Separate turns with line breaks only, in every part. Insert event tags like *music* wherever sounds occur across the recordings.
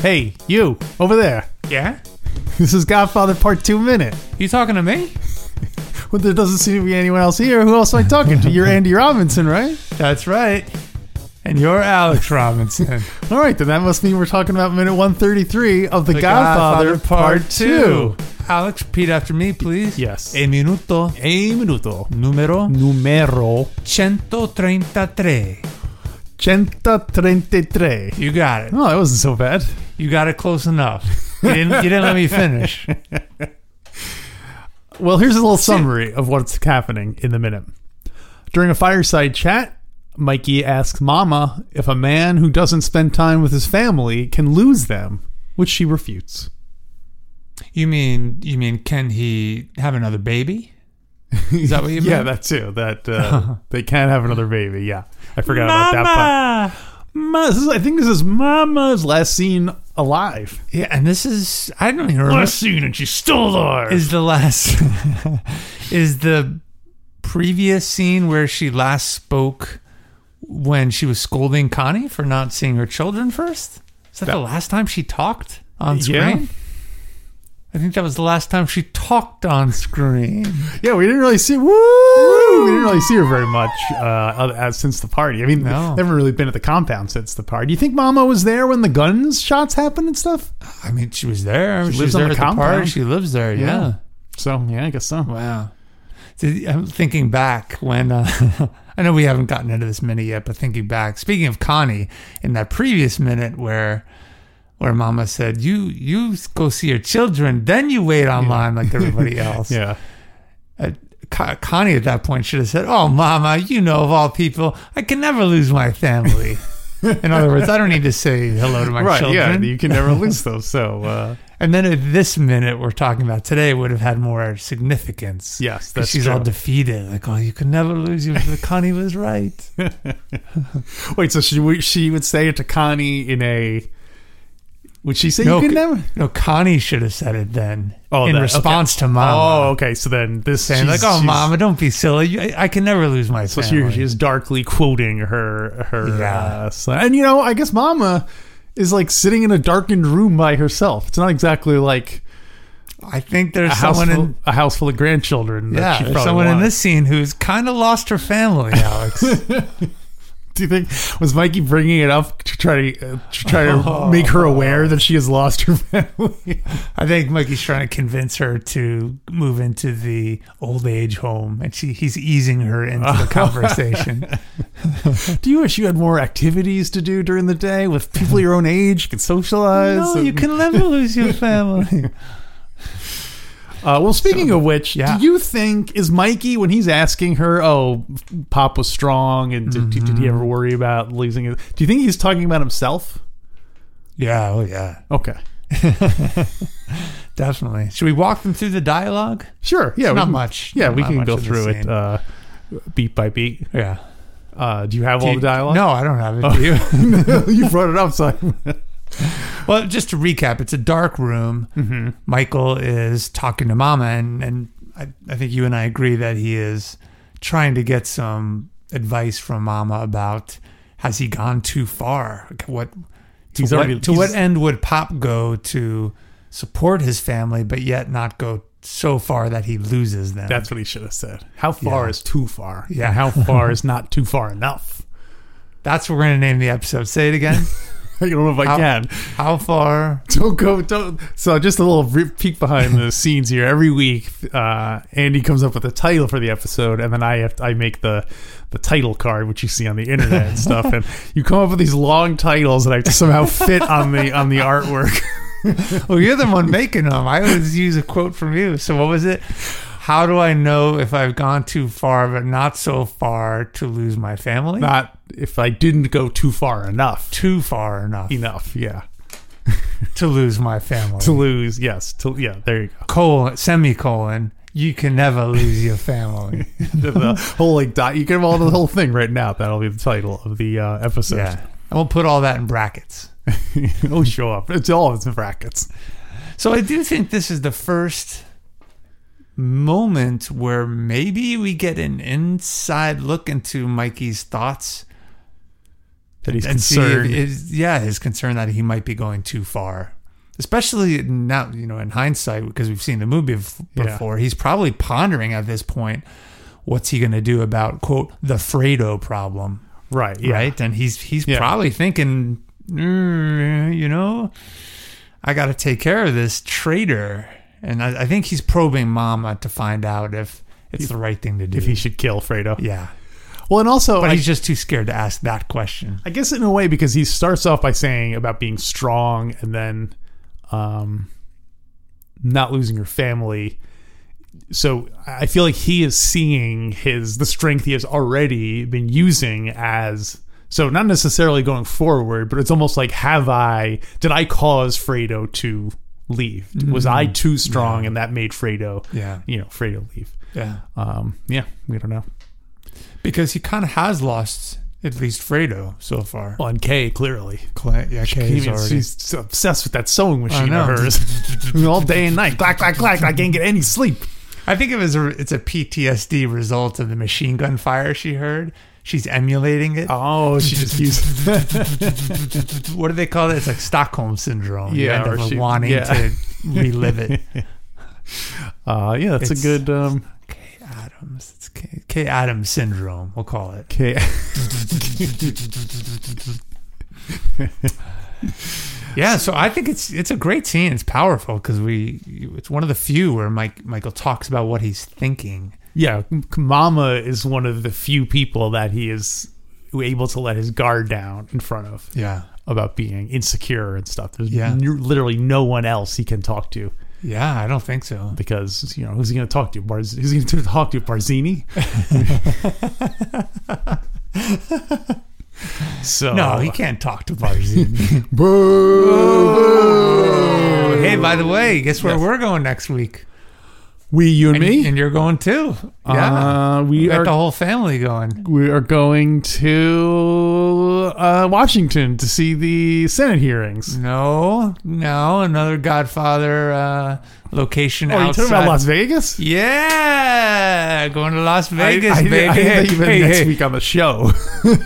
Hey, you over there.
Yeah?
*laughs* This is Godfather Part 2 Minute.
You talking to me?
Well, there doesn't seem to be anyone else here. Who else am I talking to? *laughs* You're Andy Robinson, right?
That's right. And you're Alex *laughs* Robinson.
All right, then that must mean we're talking about minute 133 of The, Godfather, Part 2.
Alex, repeat after me, please.
Yes.
E minuto
A minuto. Mm.
numero
Numero
133.
133.
You got it.
Oh, that wasn't so bad.
You got it close enough. You didn't, you didn't let me
*laughs*
finish.
Well, here's a little summary of what's happening in the minute. During a fireside chat, Mikey asks Mama if a man who doesn't spend time with his family can lose them, which she refutes.
You mean you mean can he have another baby? Is that what you mean?
*laughs* Yeah, that too. *laughs* That uh, they can't have another baby. Yeah, I forgot about that. But
Mama!
Ma, this is, I think this is Mama's last scene alive.
Yeah, and this is I don't even remember
scene, and she's still alive.
is the last *laughs* is the previous scene where she last spoke when she was scolding Connie for not seeing her children first? Is that, the last time she talked on
Yeah.
screen? I think that was the last time she talked on screen.
yeah, we didn't really see. Woo! We didn't really see her very much uh, other- uh, since the party. I mean,
No.
they haven't really been at the compound since the party. Do you think Mama was there when the guns shots happened and stuff?
I mean, she was there. She,
lives
was
on
there
the
at the party.
compound.
She lives there. Yeah.
So yeah, I guess so.
Wow. Did- I'm thinking back when uh, *laughs* I know we haven't gotten into this minute yet, but thinking back, speaking of Connie, in that previous minute where where Mama said, "You you go see your children, then you wait online like everybody
*laughs*
else."
Yeah.
Uh, Co- Connie at that point should have said, "Oh, Mama, you know of all people, I can never lose my
*laughs*
family." in other words, I don't need to say hello to my
right.
children.
Yeah. You can never *laughs* lose those. So uh,
And then at this minute we're talking about today would have had more significance.
yes, that's
Because she's
true.
all defeated. Like, oh, you could never lose. You, Connie was
*laughs*
right.
Wait. So she would- she would say it to Connie in a. Would she say
No,
you can
c-
never?
No, Connie should have said it then.
Oh,
in
that-
response to
Oh,
Mama.
okay. So then this
saying like,
she's-
oh,
she's-
Mama, don't be silly. You- I, I can never lose my
So
family.
she, she is darkly quoting her her
Yeah.
uh, son. And you know, I guess Mama is like sitting in a darkened room by herself. It's not exactly like
I think there's
a house,
someone
full,
in
a house full of grandchildren. that
yeah,
she
there's
probably
someone in
wants.
this scene who's kind of lost
*laughs*
her family, Alex.
Do you think was Mikey bringing it up to try to, uh, to try
*laughs*
to
Oh.
make her aware that she has lost her *laughs* family?
I think Mikey's trying to convince her to move into the old age home, and she he's easing her into
*laughs*
the conversation.
do you wish you had more activities to do during the day with people your own age? You can socialize.
no,
and-
you can never lose
*laughs*
your family.
Uh, well, speaking of which,
yeah.
do you think is Mikey when he's asking her, "Oh, Pop was strong, and did, did, he
Mm-hmm.
ever worry about losing it?" Do you think he's talking about himself?
yeah, oh yeah.
Okay,
Definitely. Should we walk them through the dialogue?
sure. Yeah,
It's
we
not
can-
much.
Yeah, we
Not
can
much
go
of the
through it
scene.
uh, beat by beat.
yeah.
Uh, do you have
Do
all
you-
the dialogue? Oh.
No, I don't have it. Do *laughs*
*laughs*
you?
you brought it up, *laughs* so I-
well, just to recap, it's a dark room.
Mm-hmm.
Michael is talking to Mama, and and I, I think you and I agree that he is trying to get some advice from Mama about has he gone too far? Like, What to,
He's
what,
already-
to what
he's-
end would Pop go to support his family, but yet not go so far that he loses them?
that's what he should have said. How far
Yeah.
is too far?
Yeah.
And how far is not too far enough? *laughs*
that's what we're gonna name the episode. Say it again.
I don't know if I
How-
can.
How far
*laughs* Don't go. Don't. So just a little re- peek behind the scenes here. Every week, uh, Andy comes up with a title for the episode, and then I have I make the the title card, which you see on the internet and stuff.
*laughs*
And you come up with these long titles that I have to somehow fit on the on the artwork.
*laughs*
*laughs*
Well, you're the one making them. I always use a quote from you. So what was it? How do I know if I've gone too far, but not so far to lose my family?
Not if I didn't go too far enough.
too far *laughs* enough
Enough, yeah.
to lose my family.
To lose, yes. To yeah. There you go.
colon semicolon. you can never lose your *laughs* family.
the, the whole like dot. You can have all the whole thing right now. That'll be the title of the uh, episode. *laughs*
yeah. And we'll put all that in brackets.
oh, show up. It's all it's in brackets.
So I do think this is the first moment where maybe we get an inside look into Mikey's thoughts
That he's
and see
concerned.
if- is- yeah, his concern that he might be going too far. Especially now, you know, in hindsight, because we've seen the movie bef-
Yeah.
before, he's probably pondering at this point, what's he going to do about quote the Fredo problem,
right. Yeah.
right? And he's he's
Yeah.
probably thinking, "Mm, you know, I got to take care of this traitor, and I, I think he's probing Mama to find out if it's the right thing to do.
If he should kill Fredo.
yeah,
Well, and also,
but
I,
he's just too scared to ask that question.
I guess in a way because he starts off by saying about being strong and then, um, not losing your family. So I feel like he is seeing his the strength he has already been using as so not necessarily going forward, but it's almost like have I did I cause Fredo to leave? Was I too strong and that made Fredo
Yeah,
you know Fredo leave?
yeah.
Um, yeah, we don't know.
because he kind of has lost at least Fredo so far.
Well, and Kay clearly.
Clay, yeah,
He
Kay's
even-
already.
she's so obsessed with that sewing machine
know.
of hers *laughs* all day and night. Clack, clack, clack. I can't get any sleep.
I think it was a, it's a PTSD result of the machine gun fire she heard. She's emulating it. *laughs*
Oh, she just used.
What do they call it? It's like Stockholm syndrome. you
Yeah,
end
or
up
she-
wanting
yeah. *laughs*
to relive it.
Uh, yeah, that's
It's-
a good. Um,
Kay Adams. It's Kay, Kay Adams syndrome. We'll
*laughs*
call it. *laughs*
okay.
Yeah, so I think it's it's a great scene. It's powerful because we it's one of the few where Mike Michael talks about what he's thinking.
Yeah, Mama is one of the few people that he is able to let his guard down in front of
Yeah.
about being insecure and stuff. There's
Yeah.
n- literally no one else he can talk to
Yeah, I don't think so.
because you know who's he going to talk to? Barz- who's he going to *laughs* talk to?
*laughs*
Barzini. *laughs* so
No, he can't talk to
*laughs*
Barzini.
Boo!
hey, by the way, guess where
Yes.
we're going next week?
We, you, and,
And,
me.
and you're going too. Yeah.
Uh,
we
we
got
are
the whole family going.
we are going to uh, Washington to see the Senate hearings.
No, no, another Godfather uh, location
Oh, you
outside.
talking about Las Vegas?
Yeah, going to Las Vegas,
I, I,
baby.
I
hey,
thought you meant
hey,
next
hey.
week on the show.
*laughs*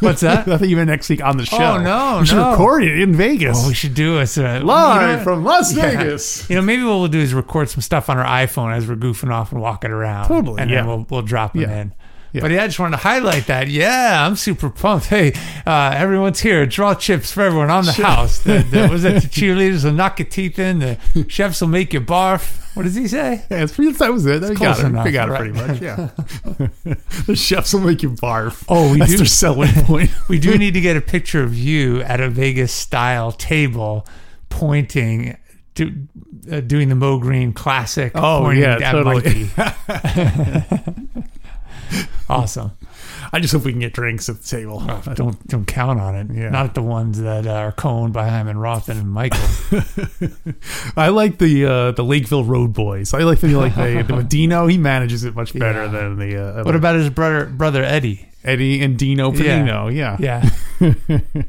What's
I
that? Oh,
thought you meant next week on the show.
no,
we should
no.
record it in Vegas.
Oh, we should do it. Uh,
Live
you know,
from Las
*laughs* Yeah.
Vegas.
You know, maybe what we'll do is record some stuff on our iPhone as we're goofing off and walking around.
Totally,
And
yeah.
then we'll, we'll drop them
Yeah.
in.
Yeah.
But yeah, I just wanted to highlight that. Yeah, I'm super pumped. Hey, uh, everyone's here. Draw chips for everyone on the house. The, the, was
*laughs*
that the cheerleaders will knock your teeth in? The chefs will make you barf. What does he say?
Yeah, it's pretty, that was it. They
close
got it.
enough,
They got it
right.
pretty much.
*laughs*
Yeah. *laughs* the chefs will make you barf.
Oh, we
That's
do.
their selling point.
We *laughs* do need to get a picture of you at a Vegas style table pointing. Do, uh, doing the Mo Green classic.
Oh,
pointing
yeah,
at
totally.
Mikey. *laughs* awesome.
I just hope we can get drinks at the table.
Oh, don't don't count on it.
Yeah.
Not the ones that uh, are coned by Hyman Rothman and Michael.
I like the uh, the Lakeville Road Boys. I like feel like they,
*laughs*
the Dino. He manages it much better
Yeah.
than the uh,
what about his brother brother Eddie?
Eddie and Dino
Yeah.
Panino. Yeah.
*laughs* Yeah.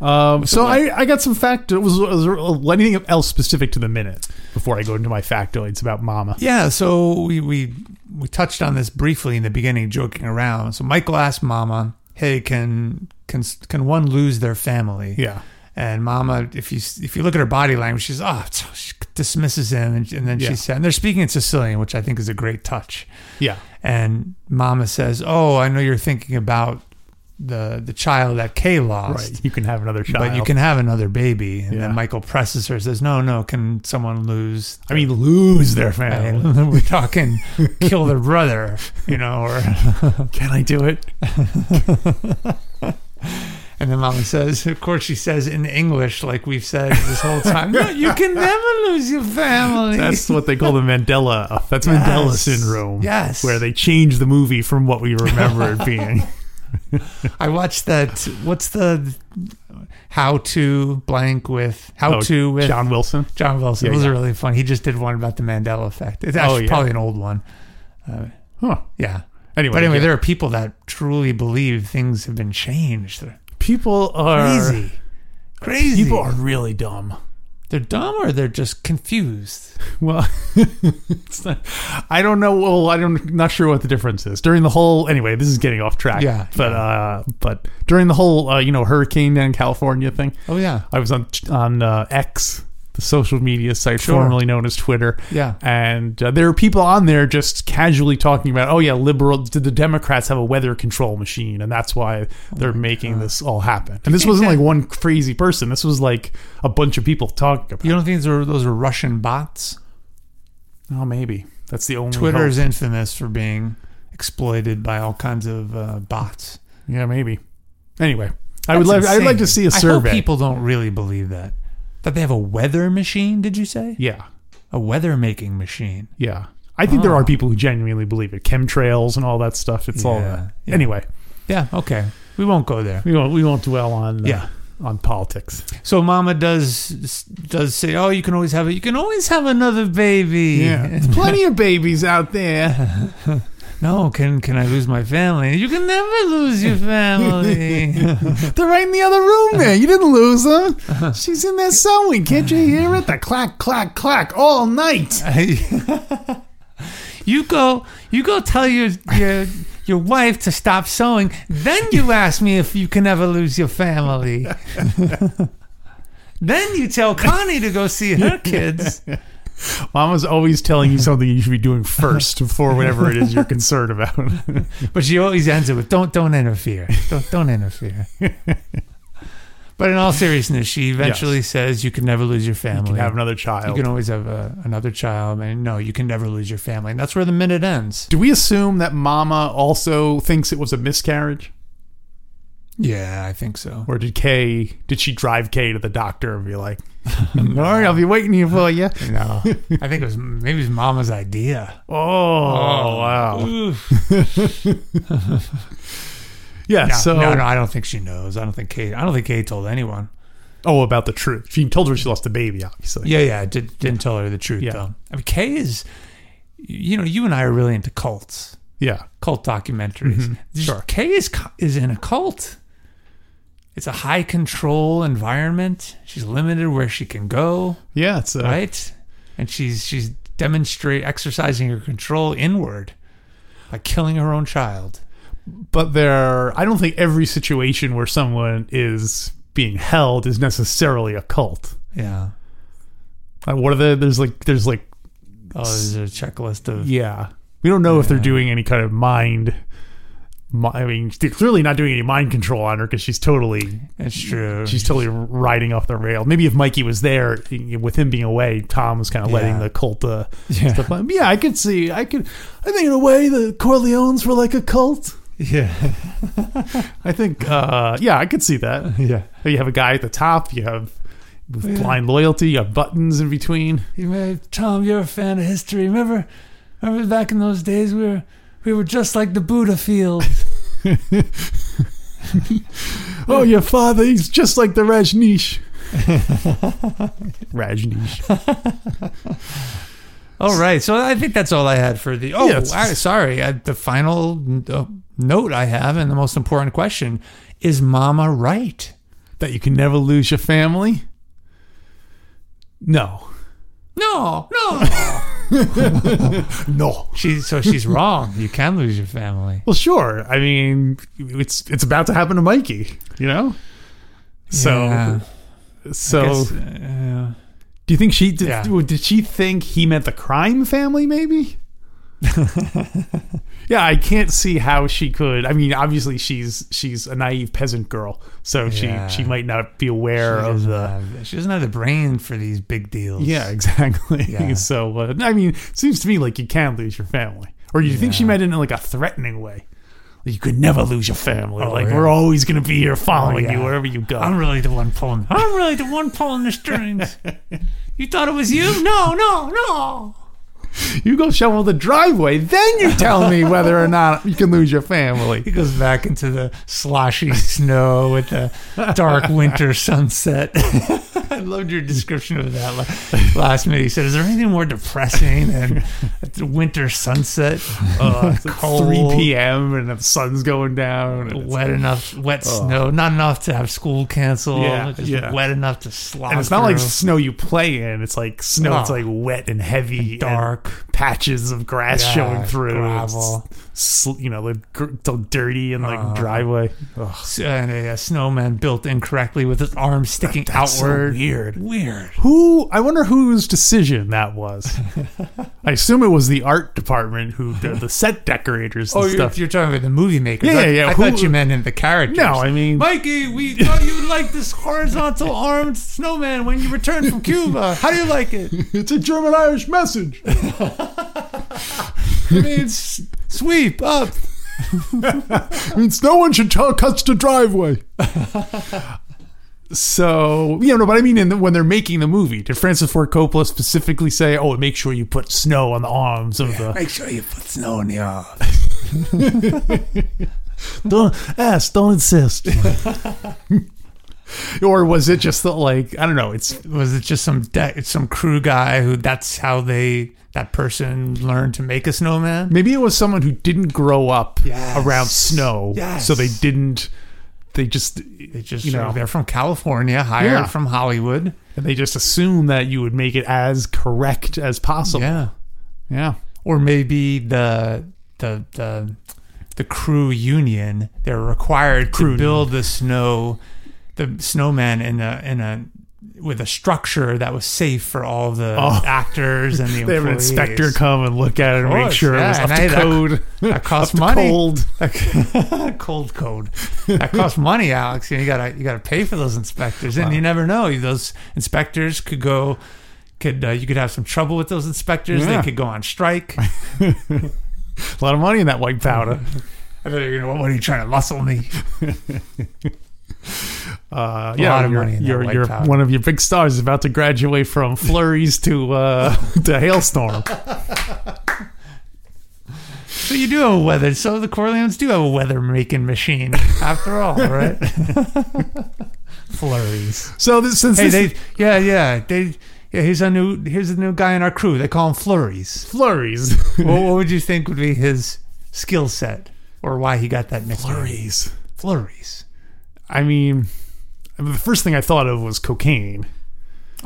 Um, so I, I got some factoids. Was, was there anything else specific to the minute before I go into my factoids about Mama?
Yeah, so we we we touched on this briefly in the beginning joking around. So Michael asked Mama, "Hey, can can can one lose their family?"
Yeah.
And Mama, if you if you look at her body language, she's oh, t- she dismisses him, and, and then
Yeah.
she said, and they're speaking in Sicilian, which I think is a great touch.
Yeah.
And Mama says, "Oh, I know you're thinking about the the child that Kay lost."
Right. You can have another child.
But you can have another baby. And
Yeah.
then Michael presses her and says, No, no, can someone lose?
I mean, lose their family.
And *laughs*
*laughs*
we're talking kill their brother, you know, or
Can I do it?
and then mama says, of course she says in English, like we've said this whole time, no, you
*laughs*
can never lose your family.
That's what they call the Mandela. That's Mandela
Yes.
syndrome.
Yes.
Where they change the movie from what we remember it being.
I watched that what's the how to blank with how
Oh,
to *laughs* with
John Wilson.
John Wilson.
Yeah,
Those
yeah.
are really fun. He just did one about the Mandela effect. It's actually
Oh, yeah.
probably an old one. Uh,
Huh.
Yeah.
Anyway,
But anyway,
yeah.
there are people that truly believe things have been changed. They're
people are
crazy. Crazy.
People are really dumb.
they're dumb or they're just confused.
Well, *laughs* it's not, I don't know. Well, I don't not sure what the difference is during the whole. Anyway, this is getting off track.
Yeah,
but uh, but during the whole uh, you know hurricane down in California thing,
Oh yeah.
I was on on uh, X, the social media site
Sure.
formerly known as Twitter.
Yeah.
and uh, there are people on there just casually talking about, oh yeah, liberal. Did the Democrats have a weather control machine, and that's why they're making this all happen? And this wasn't like one crazy person. This was like a bunch of people talking about.
You don't think those are, those are Russian bots?
Oh, maybe that's the only
Twitter
hope.
is infamous for being exploited by all kinds of uh, bots.
Yeah, maybe. Anyway, I
That's
would like I'd like to
insane.
see a
I
survey.
hope people don't really believe that. That they have a weather machine, did you say?
yeah,
A weather making machine.
yeah. I think there
Ah.
are people who genuinely believe it. Chemtrails and all that stuff. It's all
Yeah,
that.
yeah.
Anyway,
Yeah, okay. We won't go there.
we won't we won't dwell on uh,
Yeah.
on politics.
So mama does does say, "Oh, you can always have it. You can always have another baby."
there's plenty of babies out there.
*laughs*
*laughs*
no, can can I lose my family? You can never
*laughs*
lose your family.
They're right in the other room there. You didn't lose *laughs* them. She's in there sewing. Can't you hear it? The clack, clack, clack all night.
you go you go tell your your your wife to stop sewing. Then you ask me if you can ever lose your *laughs* family. then you tell Connie to go see her kids.
Mama's always telling you something you should be doing first before whatever it is you're concerned about. *laughs*
But she always ends it with "Don't don't interfere. Don't don't interfere." but in all seriousness, she eventually says, "You can never lose your family.
you can have another
You
child.
can always have a, another child." And no, you can never lose your family. And that's where the minute ends.
Do we assume that Mama also thinks it was a miscarriage,
Yeah, I think so.
or did Kay? Did she drive Kay to the doctor and be
*laughs*
like, "All right, I'll be waiting here for you"?
No, I think it was maybe it was Mama's idea.
*laughs*
Um,
Oh, wow. Yeah.
No,
so,
no, no, I don't think she knows. I don't think Kate. I don't think Kate told anyone.
oh, about the truth. She told her she lost the baby, obviously.
Yeah, yeah, I did, didn't tell her the truth
Yeah.
though. I mean, Kay is, you know, you and I are really into cults.
Yeah.
cult documentaries. Just-
Mm-hmm. Sure.
Kay is co- is in a cult. It's a high control environment. She's limited where she can go,
Yeah. It's uh,
right? And she's she's demonstrate exercising her control inward by killing her own child.
but there i don't think every situation where someone is being held is necessarily a cult
Yeah.
like what are the there's like there's like
Oh, there's a checklist of
yeah we don't know if they're doing any kind of mind mi- i mean they're clearly not doing any mind control on her because she's totally
that's true.
she's totally riding off the rail maybe if mikey was there with him being away tom was kind of letting
Yeah.
the cult uh
Yeah. *laughs*
stuff on. yeah i could see i could i think in a way the corleones were like a cult
yeah, *laughs*
i think uh yeah i could see that
*laughs* yeah.
You have a guy at the top. You have blind loyalty. You have buttons in between.
You may, Tom, you're a fan of history. Remember, remember back in those days, we were we were just like the Buddha field.
Oh, your father. He's just like the Rajneesh. Rajneesh.
*laughs* All right, so I think that's all I had for the. Oh,
Yeah, it's-
I, sorry. I, the final uh, note I have, and the most important question is: Mama right?
That you can never lose your family. No.
No, *laughs* no.
No.
she so she's wrong. You can lose your family.
Well, sure. I mean, it's it's about to happen to Mikey. You know. So
Yeah,
so
guess, uh,
do you think she did,
Yeah.
did she think he meant the crime family
*laughs*
maybe yeah i can't see how she could i mean obviously she's she's a naive peasant girl so
Yeah.
she she might not be aware
uh, she,
of
doesn't
the
have, she doesn't have the brain for these big deals.
yeah *laughs* exactly
Yeah.
so uh, i mean it seems to me like you can lose your family or you think she
Yeah.
meant it in like a threatening way Like, you could never lose your family
Oh,
like
yeah.
we're always going to be here following
Oh, yeah.
you wherever you go
I'm really the one pulling. I'm *laughs* really the one pulling the strings. you thought it was you? No, no, no.
You go shovel the driveway, then you tell me whether or not you can lose your family.
He goes back into the sloshy snow with the dark winter sunset. *laughs* I loved your description of that la- last minute. He said, "Is there anything more depressing than a winter sunset?
Uh, it's
*laughs* Cold.
like 3 p.m. and the sun's going down. And it's,
wet enough, wet snow, not enough to have school canceled.
Yeah,
just
yeah.
wet enough to slog.
and it's not like
through.
snow you play in. It's like snow. It's
No.
like wet and heavy, and
dark.
patches of grass
Yeah,
showing through.
gravel.
It's, sl- you know, the gr- the dirty and like driveway. Ugh.
S- and a, a snowman built incorrectly with his arms sticking
That's so
outward.
weird.
Weird.
Who I wonder whose decision that was. I assume it was the art department who the, the set decorators and
Oh, you're,
stuff.
you're talking about the movie makers.
Yeah,
I-
yeah, yeah.
I
Who-
thought you meant in the characters.
No, I mean-
Mikey, we thought you liked this horizontal armed snowman when you returned from Cuba. How do you like it?
it's a German Irish message.
I mean, s- sweep up.
I mean, no one should tell cuts to driveway. *laughs* so you know, but I mean, in the, when they're making the movie, did Francis Ford Coppola specifically say, "Oh, make sure you put snow on the arms of the
Make sure you put snow in the arm.
*laughs* don't ask, don't *laughs* insist." or was it just that, like, I don't know? It's
Was it just some de- some crew guy who that's how they that person learned to make a snowman?
Maybe it was someone who didn't grow up
Yes.
around snow,
Yes.
so they didn't. They just
They just
You know.
they're from California, hired
Yeah.
from Hollywood.
and they just assumed that you would make it as correct as possible.
Yeah.
yeah.
or maybe the the the the crew union they're required to build the snow the snowman in a in a with a structure that was safe for all the
Oh.
*laughs* actors and the
They have an
employees.
inspector come and look at it and
Of
make
course,
sure
yeah,
it was
and
up
I-
to
that-
code.
*laughs* that
*laughs*
costs
up to
money. *laughs*
Cold.
*laughs* cold code that costs money alex and you gotta you gotta pay for those inspectors and you never know those inspectors could go could uh, you could have some trouble with those inspectors
Yeah.
they could go
*laughs*
on strike
A lot of money in that white powder.
i thought you were gonna what are you trying to muscle me
Uh, yeah,
lot of
you're,
money in that
you're,
white
you're
powder.
one of your big stars is about to graduate from flurries to uh, *laughs* to hailstorm.
So you do have a weather. So the Corleones do have a weather making machine, after *laughs* all, right? Flurries.
So this, since
Hey,
this
they. Yeah, yeah. They. Yeah, here's a new. Here's a new guy in our crew. They call him Flurries. *laughs*
flurries,
what, what would you think would be his skill set, or why he got that nickname?
flurries.
Flurries.
I mean, I mean, the first thing I thought of was cocaine.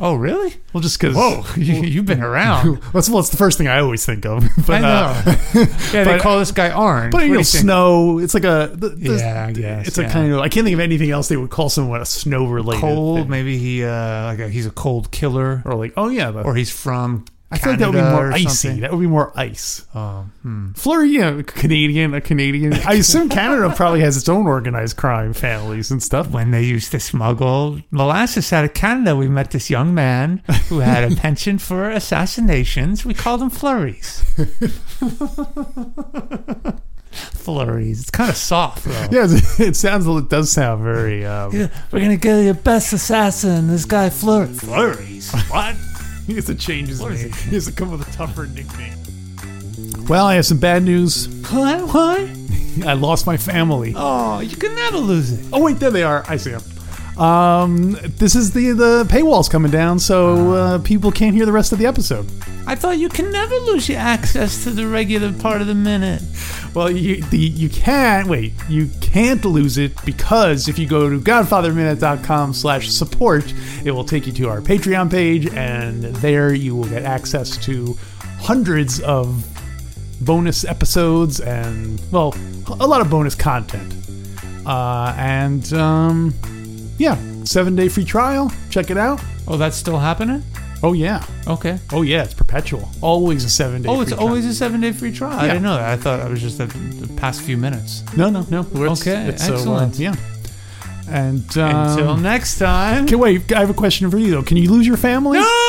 Oh, really?
Well, just because.
Whoa, *laughs* you, you've been *laughs* around.
*laughs* That's well, it's the first thing I always think of. *laughs* But,
I know.
Uh,
*laughs* yeah, they
but-
call this guy Orange.
but
What
you
do
know,
think?
snow. It's like a. The, the-
Yeah, I guess,
It's
yeah.
a kind of. I can't think of anything else they would call someone a snow related.
Cold. Maybe he uh, like a, he's a cold killer,
or like, oh yeah, the,
or he's from.
I feel like that would be
Canada
more
or
icy.
something.
That would be more ice.
Um, hmm.
Flurry, you know, Canadian, a Canadian. I assume Canada probably has its own organized crime families and stuff.
when they used to smuggle molasses out of Canada, we met this young man who
*laughs*
had a penchant for assassinations. We called
*laughs*
him Flurries. Flurries. It's kind of soft, though.
Yeah, *laughs* it, it sounds. It does sound very. Um,
We're going to get your best assassin, this guy Flurries. Flurries?
*laughs*
What?
He has to change his
What is
name.
it?
He has to come with a tougher nickname. Well, I have some bad news.
What? What?
I lost my family.
Oh, you can never lose it.
Oh wait, there they are. I see them. Um, this is the the paywall's coming down, so uh, people can't hear the rest of the episode.
I thought you can never lose your access to the regular part of the minute.
Well, you the, you can't wait. You can't lose it because if you go to godfatherminute.com/support, it will take you to our Patreon page, and there you will get access to hundreds of bonus episodes and well, a lot of bonus content. Uh, and um, yeah, seven day free trial. Check it out.
Oh, that's still happening?
Oh yeah.
Okay.
Oh yeah, it's perpetual. Always a seven day.
Oh, it's
free trial.
always a seven day free trial. I
Yeah.
didn't know that. I thought it was just the, the past few minutes.
no, no, no. We're- it's-
Okay,
it's, uh,
excellent.
yeah. And um,
Until next time.
okay, wait. I have a question for you though. Can you lose your family?
No!